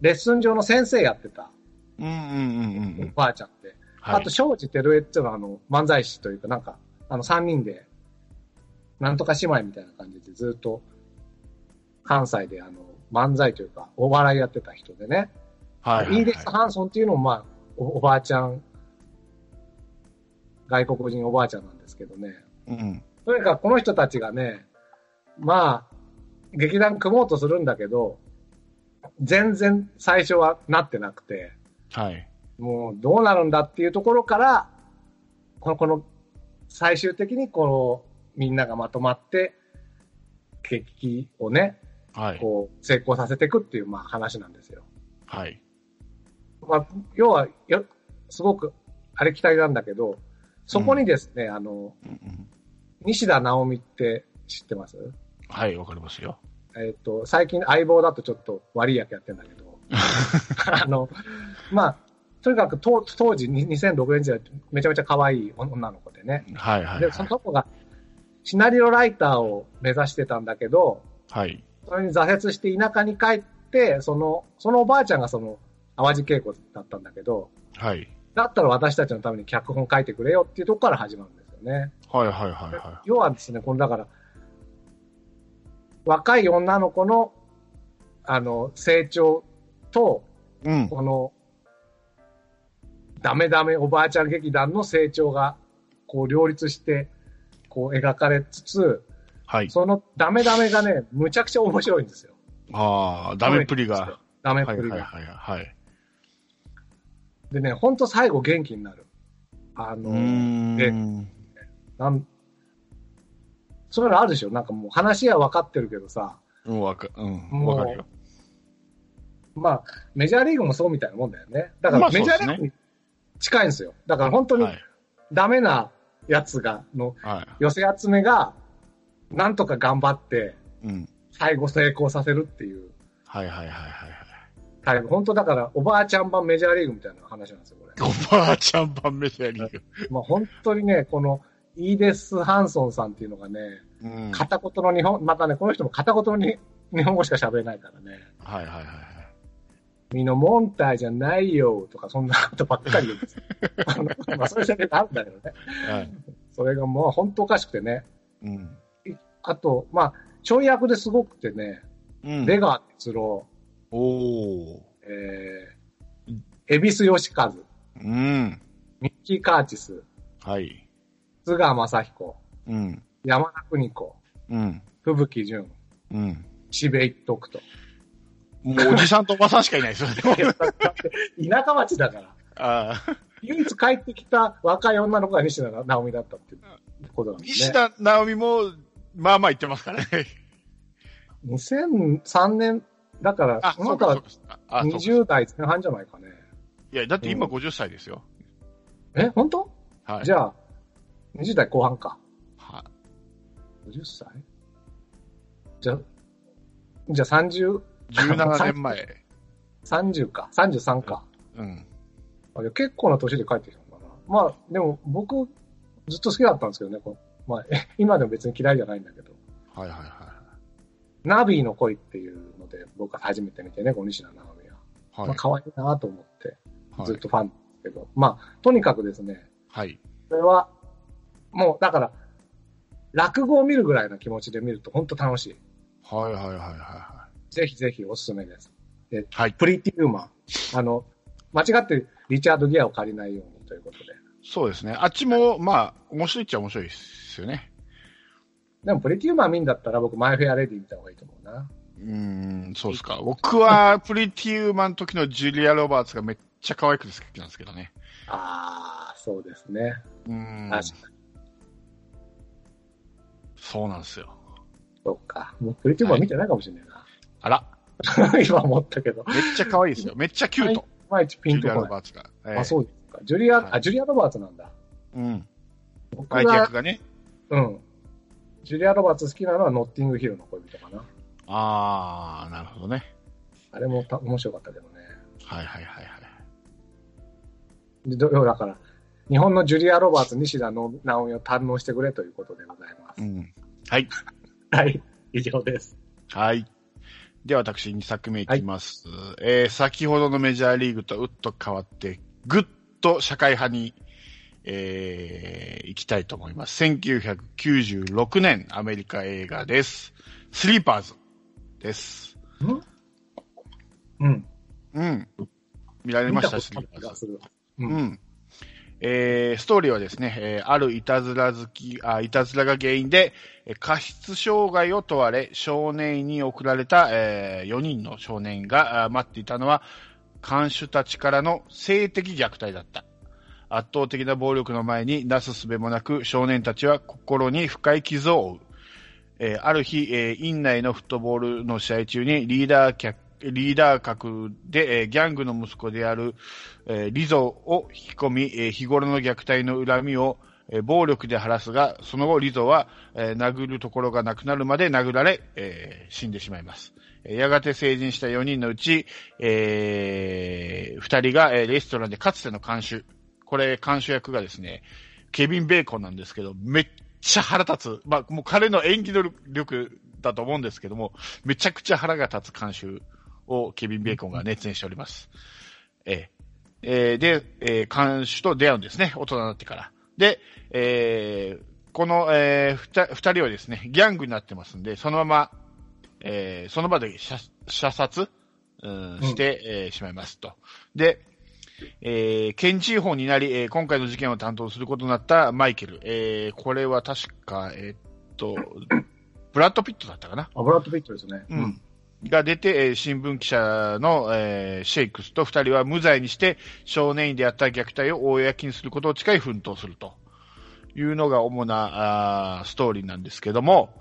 S2: レッスン上の先生やってた
S3: い。うんうんうんうんう
S2: お
S3: ん。
S2: ばあちゃんで。
S3: は
S2: あ
S3: い
S2: と、。庄司照江っていうのは、あの、漫才師というか、なんか、あの、三人で、なんとか姉妹みたいな感じで、ずっと、関西で、あの、漫才というか、お笑いやってた人でね。
S3: はいはい
S2: イ
S3: は
S2: ーデス・ハンソンっていうのも、まあ、おおばあちゃん、外国人おばあちゃんなんですけどね。
S3: い。うん。
S2: とにかく、この人たちがね、まあ、劇団組もうとするんだけど、全然最初はなってなくて、
S3: はい。
S2: もうどうなるんだっていうところから、この、この、最終的にこの、みんながまとまって、劇をね、
S3: はい。
S2: こう、成功させていくっていう、まあ話なんですよ。
S3: はい。
S2: まあ、要は、よ、すごく、あれ期待なんだけど、そこにですね、あの、
S3: うんうん
S2: 西田直美って知ってます
S3: はい、わかりますよ。
S2: えっ、と、最近相棒だとちょっと悪い役やってんだけど、あの、まあ、とにかく当当時に2006年時代めちゃめちゃ可愛い女の子でね。
S3: はい、はい。
S2: で、その子がシナリオライターを目指してたんだけど、
S3: はい。
S2: それに挫折して田舎に帰って、その、そのおばあちゃんがその、淡路稽古だったんだけど、
S3: はい。
S2: だったら私たちのために脚本書いてくれよっていうとこから始まるんですよね。
S3: はい、はい、はい、は
S2: 要はですね、このだから、若い女の子の、あの、成長と、
S3: い。うん。
S2: この、ダメダメおばあちゃん劇団の成長が、こう、両立して、こう、描かれつつ、
S3: はい。
S2: そのダメダメがね、むちゃくちゃ面白いんですよ。
S3: ああ、ダメっぷりが。。
S2: ダメ
S3: は
S2: っ
S3: い、は
S2: ぷ
S3: い、
S2: り
S3: はい、
S2: が。
S3: はい。
S2: でね、ほんと最後元気になる。あ
S3: う
S2: の、
S3: ーん。
S2: なん、そういうのあるでしょなんかもう話は分かってるけどさ、
S3: うん、わか、うん、
S2: もう
S3: わかるよ。
S2: まあ、メジャーリーグもそうみたいなもんだよね。だから
S3: まあそう
S2: メ
S3: で
S2: ジ
S3: す
S2: ャー
S3: ね
S2: リーグに近いんですよ。だから本当に
S3: はい、
S2: ダメなやつが、の
S3: は
S2: 寄せ集めが、なんとか頑張って、
S3: い。うん。
S2: 最後成功させるっていう
S3: はい、はい、はい、はい。はい
S2: タイプ。本当だから、おばあちゃん版メジャーリーグみたいな話なんですよ、これ。
S3: おばあちゃん版メジャーリーグ。
S2: まあ本当にね、この、イーデス・ハンソンさんっていうのがね、
S3: うん。はい、
S2: 片言の日本、またね、この人も片言のに日本語しか喋れないからね。
S3: はい、はい。
S2: ミノモンターじゃないよとか、そんなことばっかり言うん ですよあのまあ、そういうセリフあるんだけどね。
S3: はいはい。
S2: それがもう本当おかしくてね。
S3: うん。
S2: あと、まあ、ちょい役ですごくてね、
S3: うん。
S2: 出川哲郎、
S3: おー。
S2: えー、恵比寿義和、
S3: うん。
S2: ミッキー・カーチス、
S3: はい。
S2: 津川雅彦、
S3: うん。
S2: 山田邦子、
S3: うん。
S2: 吹雪純、
S3: うん。
S2: しべ一徳 と。
S3: もうおじさんとおばさんしかいないですよね。
S2: 田舎町だから。
S3: ああ。
S2: 唯一帰ってきた若い女の子が西田直美だったっていうことなんですね。
S3: 西田直美も、まあまあ言ってますからね。
S2: 2003年、だから、
S3: あ、
S2: こ
S3: そ
S2: の
S3: う
S2: 方
S3: か、そ
S2: は
S3: うか。あ、そうか。
S2: 20代前半じゃないかね。
S3: いや、だって今50歳ですよ。
S2: え、本当、
S3: はい。
S2: じゃあ、20代後半か。
S3: は
S2: 50歳じゃ、じゃあ30、
S3: 17年前。
S2: 30か。33か。
S3: うん。
S2: あいや結構な年で帰ってきたのかな。まあ、でも僕、ずっと好きだったんですけどね。こうまあ、 え今でも別に嫌いじゃないんだけど。
S3: はいはいは
S2: ナビーの恋っていうので、僕は初めて見てね、この西田直美は。
S3: い。はい。
S2: まあ、可愛いなと思って、
S3: はい
S2: ずっとファンですけど。まあ、とにかくですね、
S3: はい。
S2: それは、もうだから、落語を見るぐらいの気持ちで見ると本当楽しい。
S3: はいはいはいはいは
S2: ぜひぜひおすすめです。
S3: い。はい。
S2: プリティウーマン。あの、間違ってリチャード・ギアを借りないようにということで。
S3: そうですね。あっちも、まあ、面白いっちゃ面白いですよね。
S2: でもプリティウーマン見んだったら僕マイフェアレディ見た方がいいと思うな。
S3: うーん、そうですか。僕は、プリティウーマンの時のジュリア・ロバーツがめっちゃ可愛くて好きなんですけどね。
S2: あー、そうですね。
S3: うーん。
S2: 確かに。
S3: そうなんですよ。
S2: そっか。もうプリティウーマン見てないかもしれないな。
S3: あら、
S2: 今思ったけど。い
S3: めっちゃ可愛いですよ。めっちゃキュート。
S2: まいちピ
S3: ジュ
S2: ンと
S3: リア・
S2: こ
S3: ロ
S2: ない。
S3: バーツが。ええ
S2: あ、そうですか。ジュリア、
S3: はい
S2: あ、ジュリア・ロバーツなんだ。
S3: うん。
S2: 僕
S3: 相手
S2: が
S3: 役、がね。
S2: うん。ジュリア・ロバーツ好きなのはノッティングヒルの恋人かな。
S3: あー、なるほどね。
S2: あれもた面白かったけどね。
S3: はいはいはいはい。
S2: でど要はだから、日本のジュリア・ロバーツ、西田の直美を堪能してくれということでございます。
S3: うん。はい。
S2: はい、以上です。
S3: はい。では私2作目いきます、えー先ほどのメジャーリーグと打っと変わって、ぐっと社会派に、えー行きたいと思います。1996年アメリカ映画です。スリーパーズです。
S2: うん。
S3: うん。見られました、スリ
S2: 見
S3: ー
S2: た
S3: パ
S2: こと
S3: ー
S2: ある気が
S3: ズ。
S2: する。
S3: うん。えーストーリーはですね、えーあるいたずら好き、あ、いたずらが原因で、えー過失障害を問われ、少年院に送られた、え4人の少年があ待っていたのは、看守たちからの性的虐待だった。圧倒的な暴力の前になすすべもなく少年たちは心に深い傷を負う。えーある日、えー院内のフットボールの試合中にリーダー客、リーダー格で、えーギャングの息子である、えーリゾを引き込み、えー日頃の虐待の恨みをえー暴力で晴らすが、その後、リゾは、えー殴るところがなくなるまで殴られ、えー死んでしまいます。えーやがて成人した4人のうち、え2人が、えーレストランでかつての監修、これ、監修役がですね、ケビン・ベーコンなんですけど、めっちゃ腹立つ。まあ、もう彼の演技能力だと思うんですけども、めちゃくちゃ腹が立つ監修をケビン・ベーコンが熱演しております。えーえーで、えー監修と出会うんですね、大人になってから。で、えーこの、えーふた二人はですね、ギャングになってますんで、そのまま、えーその場で射射殺、うんして、えーしまいますと。で、えー、県知事法になり、えー今回の事件を担当することになったマイケル。えーこれは確か、えーっと、ブラッド・ピットだったかな。
S2: あブラッド・ピットですね。
S3: うん。が出て、えー新聞記者の、えーシェイクスと二人は無罪にして少年院でやった虐待を公にすることを誓い奮闘するというのが主なあーストーリーなんですけども、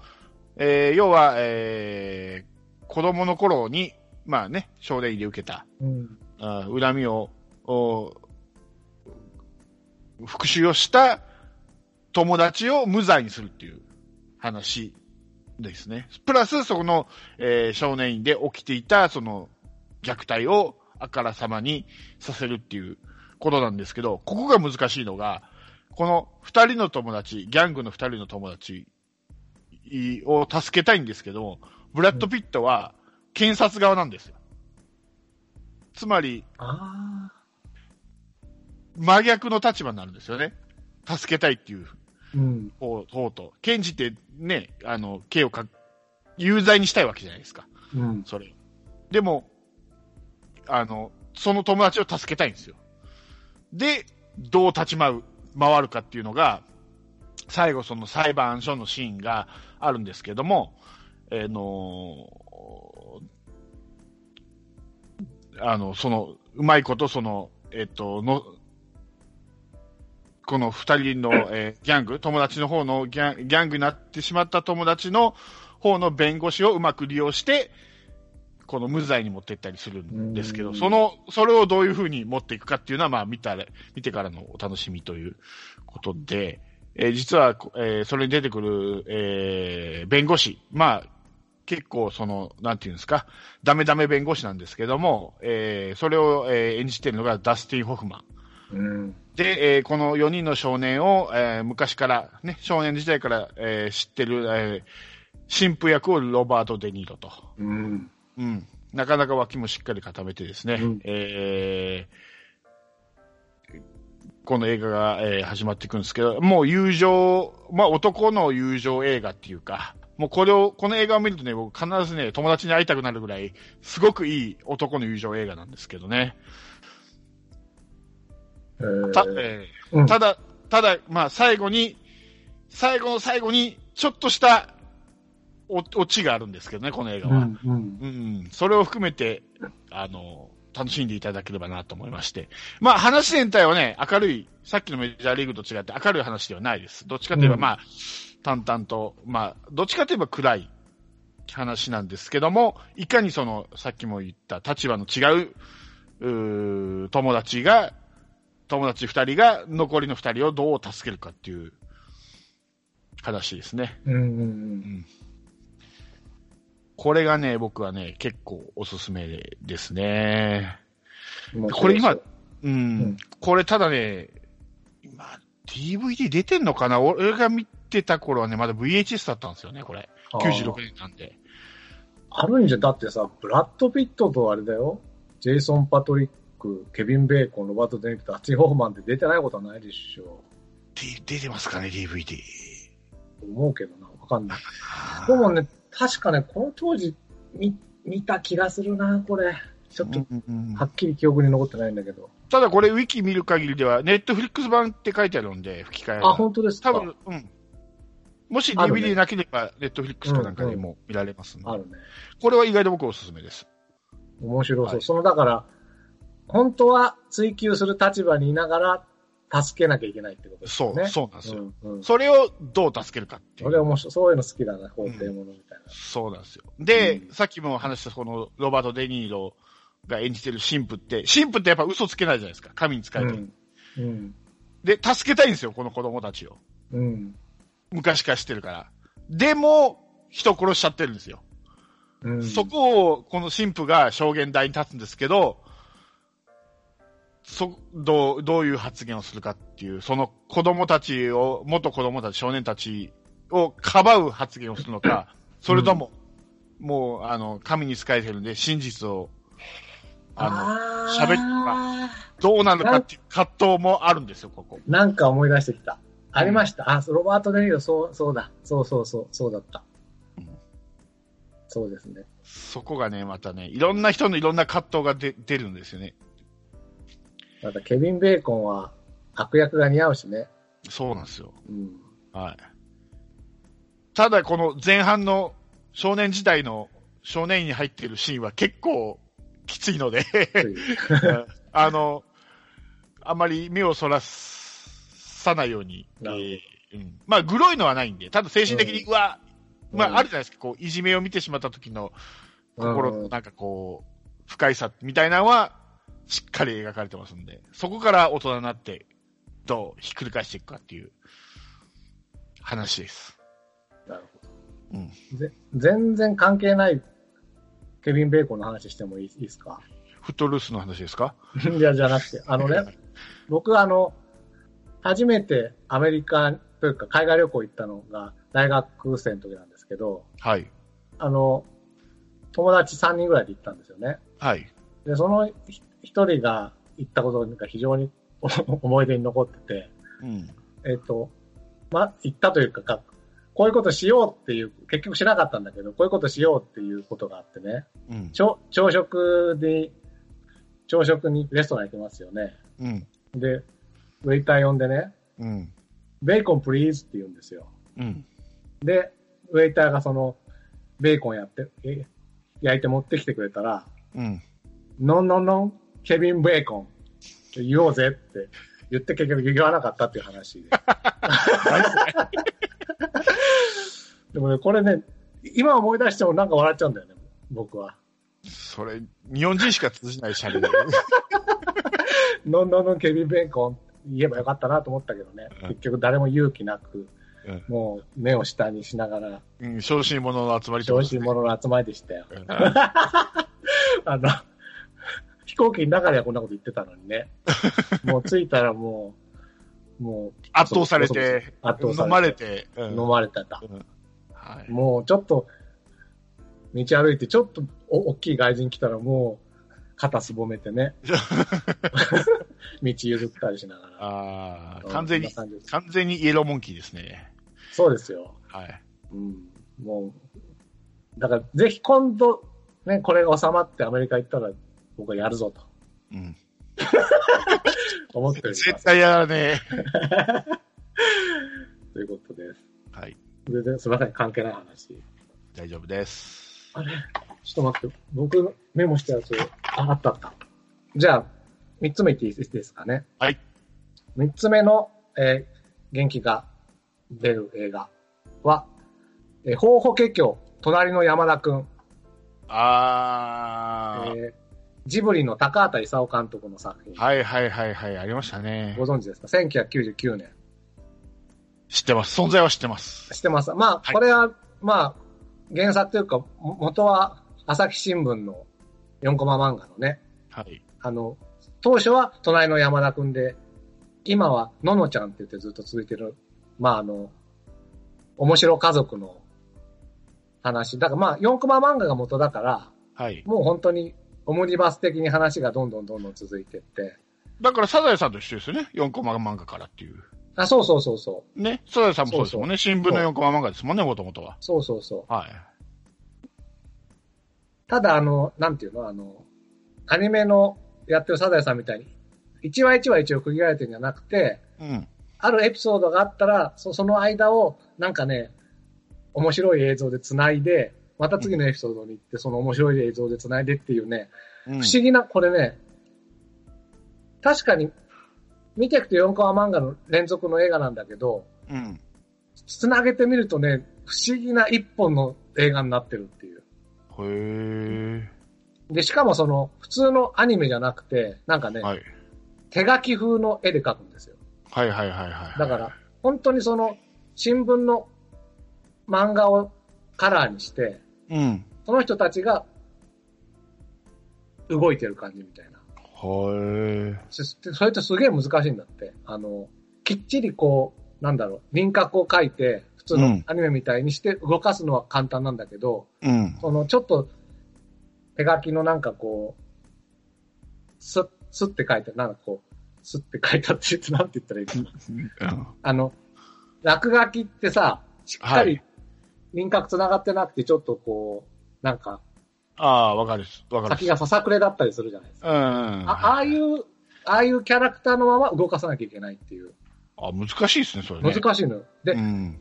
S3: えー要は、えー子供の頃に、まあね、少年院で受けた
S2: うん。
S3: あー恨みを、お復讐をした友達を無罪にするっていう話ですね。プラス、そこの、えー少年院で起きていた、その、虐待をあからさまにさせるっていうことなんですけど、ここが難しいのが、この二人の友達、ギャングの二人の友達を助けたいんですけど、ブラッド・ピットは検察側なんですよ。つまり、
S2: あ
S3: 真逆の立場になるんですよね。助けたいっていう
S2: あ。うん。
S3: 方方と。検事ってね、あの、刑をか、有罪にしたいわけじゃないですか。
S2: うん。
S3: それを。でも、あの、その友達を助けたいんですよ。で、どう立ち回う、回るかっていうのが、最後その裁判所のシーンがあるんですけども、えーのーあの、その、うまいこと、その、えっ、と、の、この二人の、えーギャング、友達の方のギャンギャングになってしまった友達の方の弁護士をうまく利用して、この無罪に持っていったりするんですけ
S2: う
S3: ど、
S2: ん
S3: その、それをどういうふうに持っていくかっていうのは、まあ、見たら、見てからのお楽しみということで、えー実は、こえーそれに出てくる、えー弁護士、まあ、結構その、なんていうんですか、ダメダメ弁護士なんですけども、えーそれを、えー演じているのがダスティン・ホフマン。
S2: うん。
S3: で、えーこの4人の少年を、えー昔から、ね、少年時代から、えー知ってる、えー神父役をロバート・デ・ニーロと。
S2: うん。
S3: うん。なかなか脇もしっかり固めてですね、
S2: うん
S3: えーこの映画が、えー始まっていくんですけど、もう友情、まあ男の友情映画っていうか、もうこれを、この映画を見るとね、僕必ずね、友達に会いたくなるぐらい、すごくいい男の友情映画なんですけどね。
S2: え
S3: た、
S2: ー
S3: えー
S2: うん
S3: ただ、ただ、まあ最後に、最後の最後に、ちょっとした、お、オチがあるんですけどね、この映画
S2: う
S3: は。
S2: ん。うん。
S3: うん、それを含めて、あの、楽しんでいただければなと思いまして。まあ話全体はね、明るい、さっきのメジャーリーグと違って明るい話ではないです。どっちかといえば、
S2: うん
S3: まあ、淡々と、まあ、どっちかといえば暗い話なんですけども、いかにその、さっきも言った立場の違う、うー友達が、友達二人が残りの二人をどう助けるかっていう話ですね。
S2: うん。うん。
S3: これがね、僕はね、結構おすすめですね。
S2: うん
S3: これ今、うん、
S2: うん
S3: これただね、今、DVD 出てんのかな俺が見てた頃はね、まだ VHS だったんですよね、これ。96年なんで。
S2: あるんじゃ、だってさ、ブラッド・ピットとあれだよ、ジェイソン・パトリック、ケビン・ベーコン、ロバート・デ・ニーロダッチ・ホフマンって出てないことはないでしょ。
S3: で出てますかね、DVD。
S2: 思うけどな、わかんない。でもね、確かね、この当時見、見た気がするな、これ。ちょっと、
S3: うんうん
S2: はっきり記憶に残ってないんだけど。
S3: ただこれ、ウィキ見る限りでは、ネットフリックス版って書いてあるんで、吹き替え
S2: あ、
S3: が。
S2: 本当ですか
S3: 多分、うん。もし
S2: あるね
S3: DVD なければ、ネットフリックスかなんかでも見られますんで
S2: あるね。
S3: これは意外と僕おすすめです。
S2: 面白そう。
S3: はい
S2: その、だから、本当は追求する立場にいながら、助けなきゃいけないってことです
S3: そ
S2: よ
S3: う、
S2: ね。
S3: そうなんですよ。
S2: うんうん
S3: それをどう助けるかってい
S2: それ
S3: う。
S2: 面白い。そういうの好きだな、法廷ものみたい
S3: そうなんですよ。で、
S2: うん
S3: さっきも話したこのロバート・デ・ニーロが演じてる神父って、神父ってやっぱ嘘つけないじゃないですか。神に仕え
S2: な。
S3: て
S2: う
S3: る。
S2: ん。うん。
S3: で、助けたいんですよ、この子供たちを。
S2: うん。
S3: 昔から知ってるから。でも、人殺しちゃってるんですよ。
S2: うん。
S3: そこを、この神父が証言台に立つんですけど、そ、どう、どういう発言をするかっていう、その子供たちを、元子供たち、少年たちをかばう発言をするのか、それとも、もう、あの、神に仕えてるんで、真実を、あの、
S2: あ
S3: 喋っ
S2: った。
S3: どうなるかっていう葛藤もあるんですよ、ここ。
S2: なんか思い出してきた。ありました。あ、ロバート・デニーロ、そう、そうだ。そうそうそう、そうだった
S3: うん。
S2: そうですね。
S3: そこがね、またね、いろんな人のいろんな葛藤が出出るんですよね。
S2: また、ケビン・ベーコンは悪役が似合うしね。
S3: そうなんですよ。
S2: うん。
S3: はい。ただ、この前半の少年時代の少年院に入っているシーンは結構きついの で、
S2: つい
S3: あの、あまり目をそらさないように。
S2: なる
S3: えーうんまあ、グロいのはないんで、ただ精神的に、
S2: う
S3: うわ、ま
S2: うん
S3: あ、あるじゃないですか、こう、いじめを見てしまった時の心のなんかこう、不快さみたいなのは、しっかり描かれてますんで、そこから大人になって、どうひっくり返していくかっていう話です。
S2: なるほど。
S3: うん
S2: ぜ全然関係ないケビン・ベーコンの話してもいいいいですか
S3: フットルースの話ですか
S2: いや、じゃなくて、あの ね、僕あの、初めてアメリカというか海外旅行行ったのが大学生の時なんですけど、
S3: はい。
S2: あの、友達3人ぐらいで行ったんですよね。
S3: はい。
S2: で、そのひ一人が行ったことが非常に 思い出に残ってて、
S3: うん。
S2: えっ、と、ま、行ったというかか、こういうことしようっていう、結局しなかったんだけど、こういうことしようっていうことがあってね、
S3: うん。
S2: 朝朝食に、朝食にレストラン行きますよね。
S3: うん。
S2: で、ウェイター呼んでね、
S3: うん。
S2: ベーコンプリーズって言うんですよ。
S3: うん。
S2: で、ウェイターがその、ベーコンやって、え焼いて持ってきてくれたら、
S3: うん。
S2: ノンノンノン、ケビン・ベーコンって言おうぜって言って結局言わなかったっていう 話で。でもね、これね、今思い出してもなんか笑っちゃうんだよね、僕は。
S3: それ、日本人しか通じない喋 り。
S2: ノンノンノン、ケビン・ベーコン言えばよかったなと思ったけどね、
S3: うん
S2: 結局誰も勇気なく、
S3: うん
S2: もう目を下にしながら、
S3: うん。小心者の集まりって
S2: 調
S3: ことです
S2: 子
S3: ね
S2: 者の集まりでしたよ。
S3: うん
S2: あの、飛行機の中ではこんなこと言ってたのに ね。もう着いたらもう、もう、
S3: 圧倒されて、
S2: 圧倒されて
S3: 飲まれて、うん
S2: 飲まれてた。
S3: はい
S2: もうちょっと、道歩いて、ちょっとお大きい外人来たらもう、肩すぼめて ね。道譲ったりしながら。
S3: ああ、
S2: うん
S3: 完全に、
S2: そんな感じです
S3: 完全にイエローモンキーですね。
S2: そうですよ。
S3: はい。
S2: うん。もう、だからぜひ今度、ね、これが収まってアメリカ行ったら、僕はやるぞと
S3: うん。
S2: 思っております
S3: 絶。対やらね
S2: ということです。
S3: え。はい。
S2: 全然すみません、関係ない話。
S3: 大丈夫です。
S2: あれちょっと待って、僕メモしたやつ、あ、あったあった。じゃあ、三つ目いっていいですかね。
S3: はい。
S2: 三つ目の、えー元気が出る映画は、えー、ほうほけきょう、隣の山田くん、え
S3: ああ、
S2: ージブリの高畑勲監督の作品、
S3: はいはいはいはい、ありましたね
S2: ご。存知ですか ?1999 年。
S3: 知ってます。存在は知ってます。
S2: してます。ま
S3: は
S2: あ、
S3: い
S2: これは、まあ、原作というか、も元は朝日新聞の4コマ漫画のね、
S3: はい。
S2: あの、当初は隣の山田くんで、今はののちゃんって言ってずっと続いてる、まああの、面白家族の話。だからまあ4コマ漫画が元だから、
S3: はい。
S2: もう本当にオムニバス的に話がどんどんどんどん続いてって。
S3: だから、サザエさんと一緒ですよね。4コマ漫画からっていう。
S2: あ、そうそうそうそう。
S3: ね。サザエさんもそうですもんね。新聞の4コマ漫画ですもんね、もともとは。
S2: そうそうそう。
S3: はい。
S2: ただあの、なんていうのあの、アニメのやってるサザエさんみたいに、一話一話一応区切られてるんじゃなくて、
S3: うん。
S2: あるエピソードがあったら、そその間を、なんかね、面白い映像で繋いで、また次のエピソードに行って、その面白い映像で繋いでっていうね、
S3: うん
S2: 不思議な、これね、確かに、見ていくと4コマ漫画の連続の映画なんだけど、
S3: うん。
S2: 繋げてみるとね、不思議な一本の映画になってるっていう。
S3: へ
S2: で、しかもその、普通のアニメじゃなくて、なんかね、
S3: え。はい。
S2: 手書き風の絵で描くんですよ。
S3: はいはいはいはい。
S2: だから、本当にその、新聞の漫画をカラーにして、
S3: うん。
S2: その人たちが動いてる感じみたいな。
S3: は
S2: そそれってすげえ難しいんだって。あの、きっちりこう、なんだろう、輪郭を描いて、普通
S3: う
S2: の
S3: ん
S2: アニメみたいにして動かすのは簡単なんだけど、
S3: い。うん。
S2: そのちょっと手書きのなんかこう、す、すって書いて、なんかこう、すって書いたって言って、なんて言ったらいいのあの、落書きってさ、しっか
S3: は
S2: り輪郭繋がってなくて、ちょっとこう、なんか
S3: ああ、わかるっす。わかるっす。
S2: 先がささくれだったりするじゃないですか
S3: うん。
S2: あああいう、ああいうキャラクターのまま動かさなきゃいけないっていう。
S3: あ、難しいですね、それね。
S2: 難しいのよ。で、
S3: うん。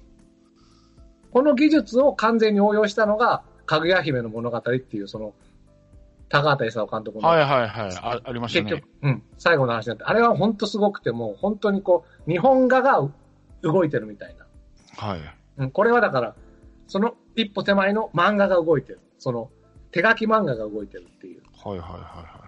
S2: この技術を完全に応用したのが、かぐや姫の物語っていう、その、高畑勲監督の、
S3: はいはいはい。あありました
S2: 結
S3: ね
S2: 局、。うん、最後の話になって、あれは本当すごくて、もう本当にこう、日本画が動いてるみたいな。
S3: はい。
S2: うん、これはだから、その一歩手前の漫画が動いてる。その、手書き漫画が動いてるっていう。
S3: はいはいは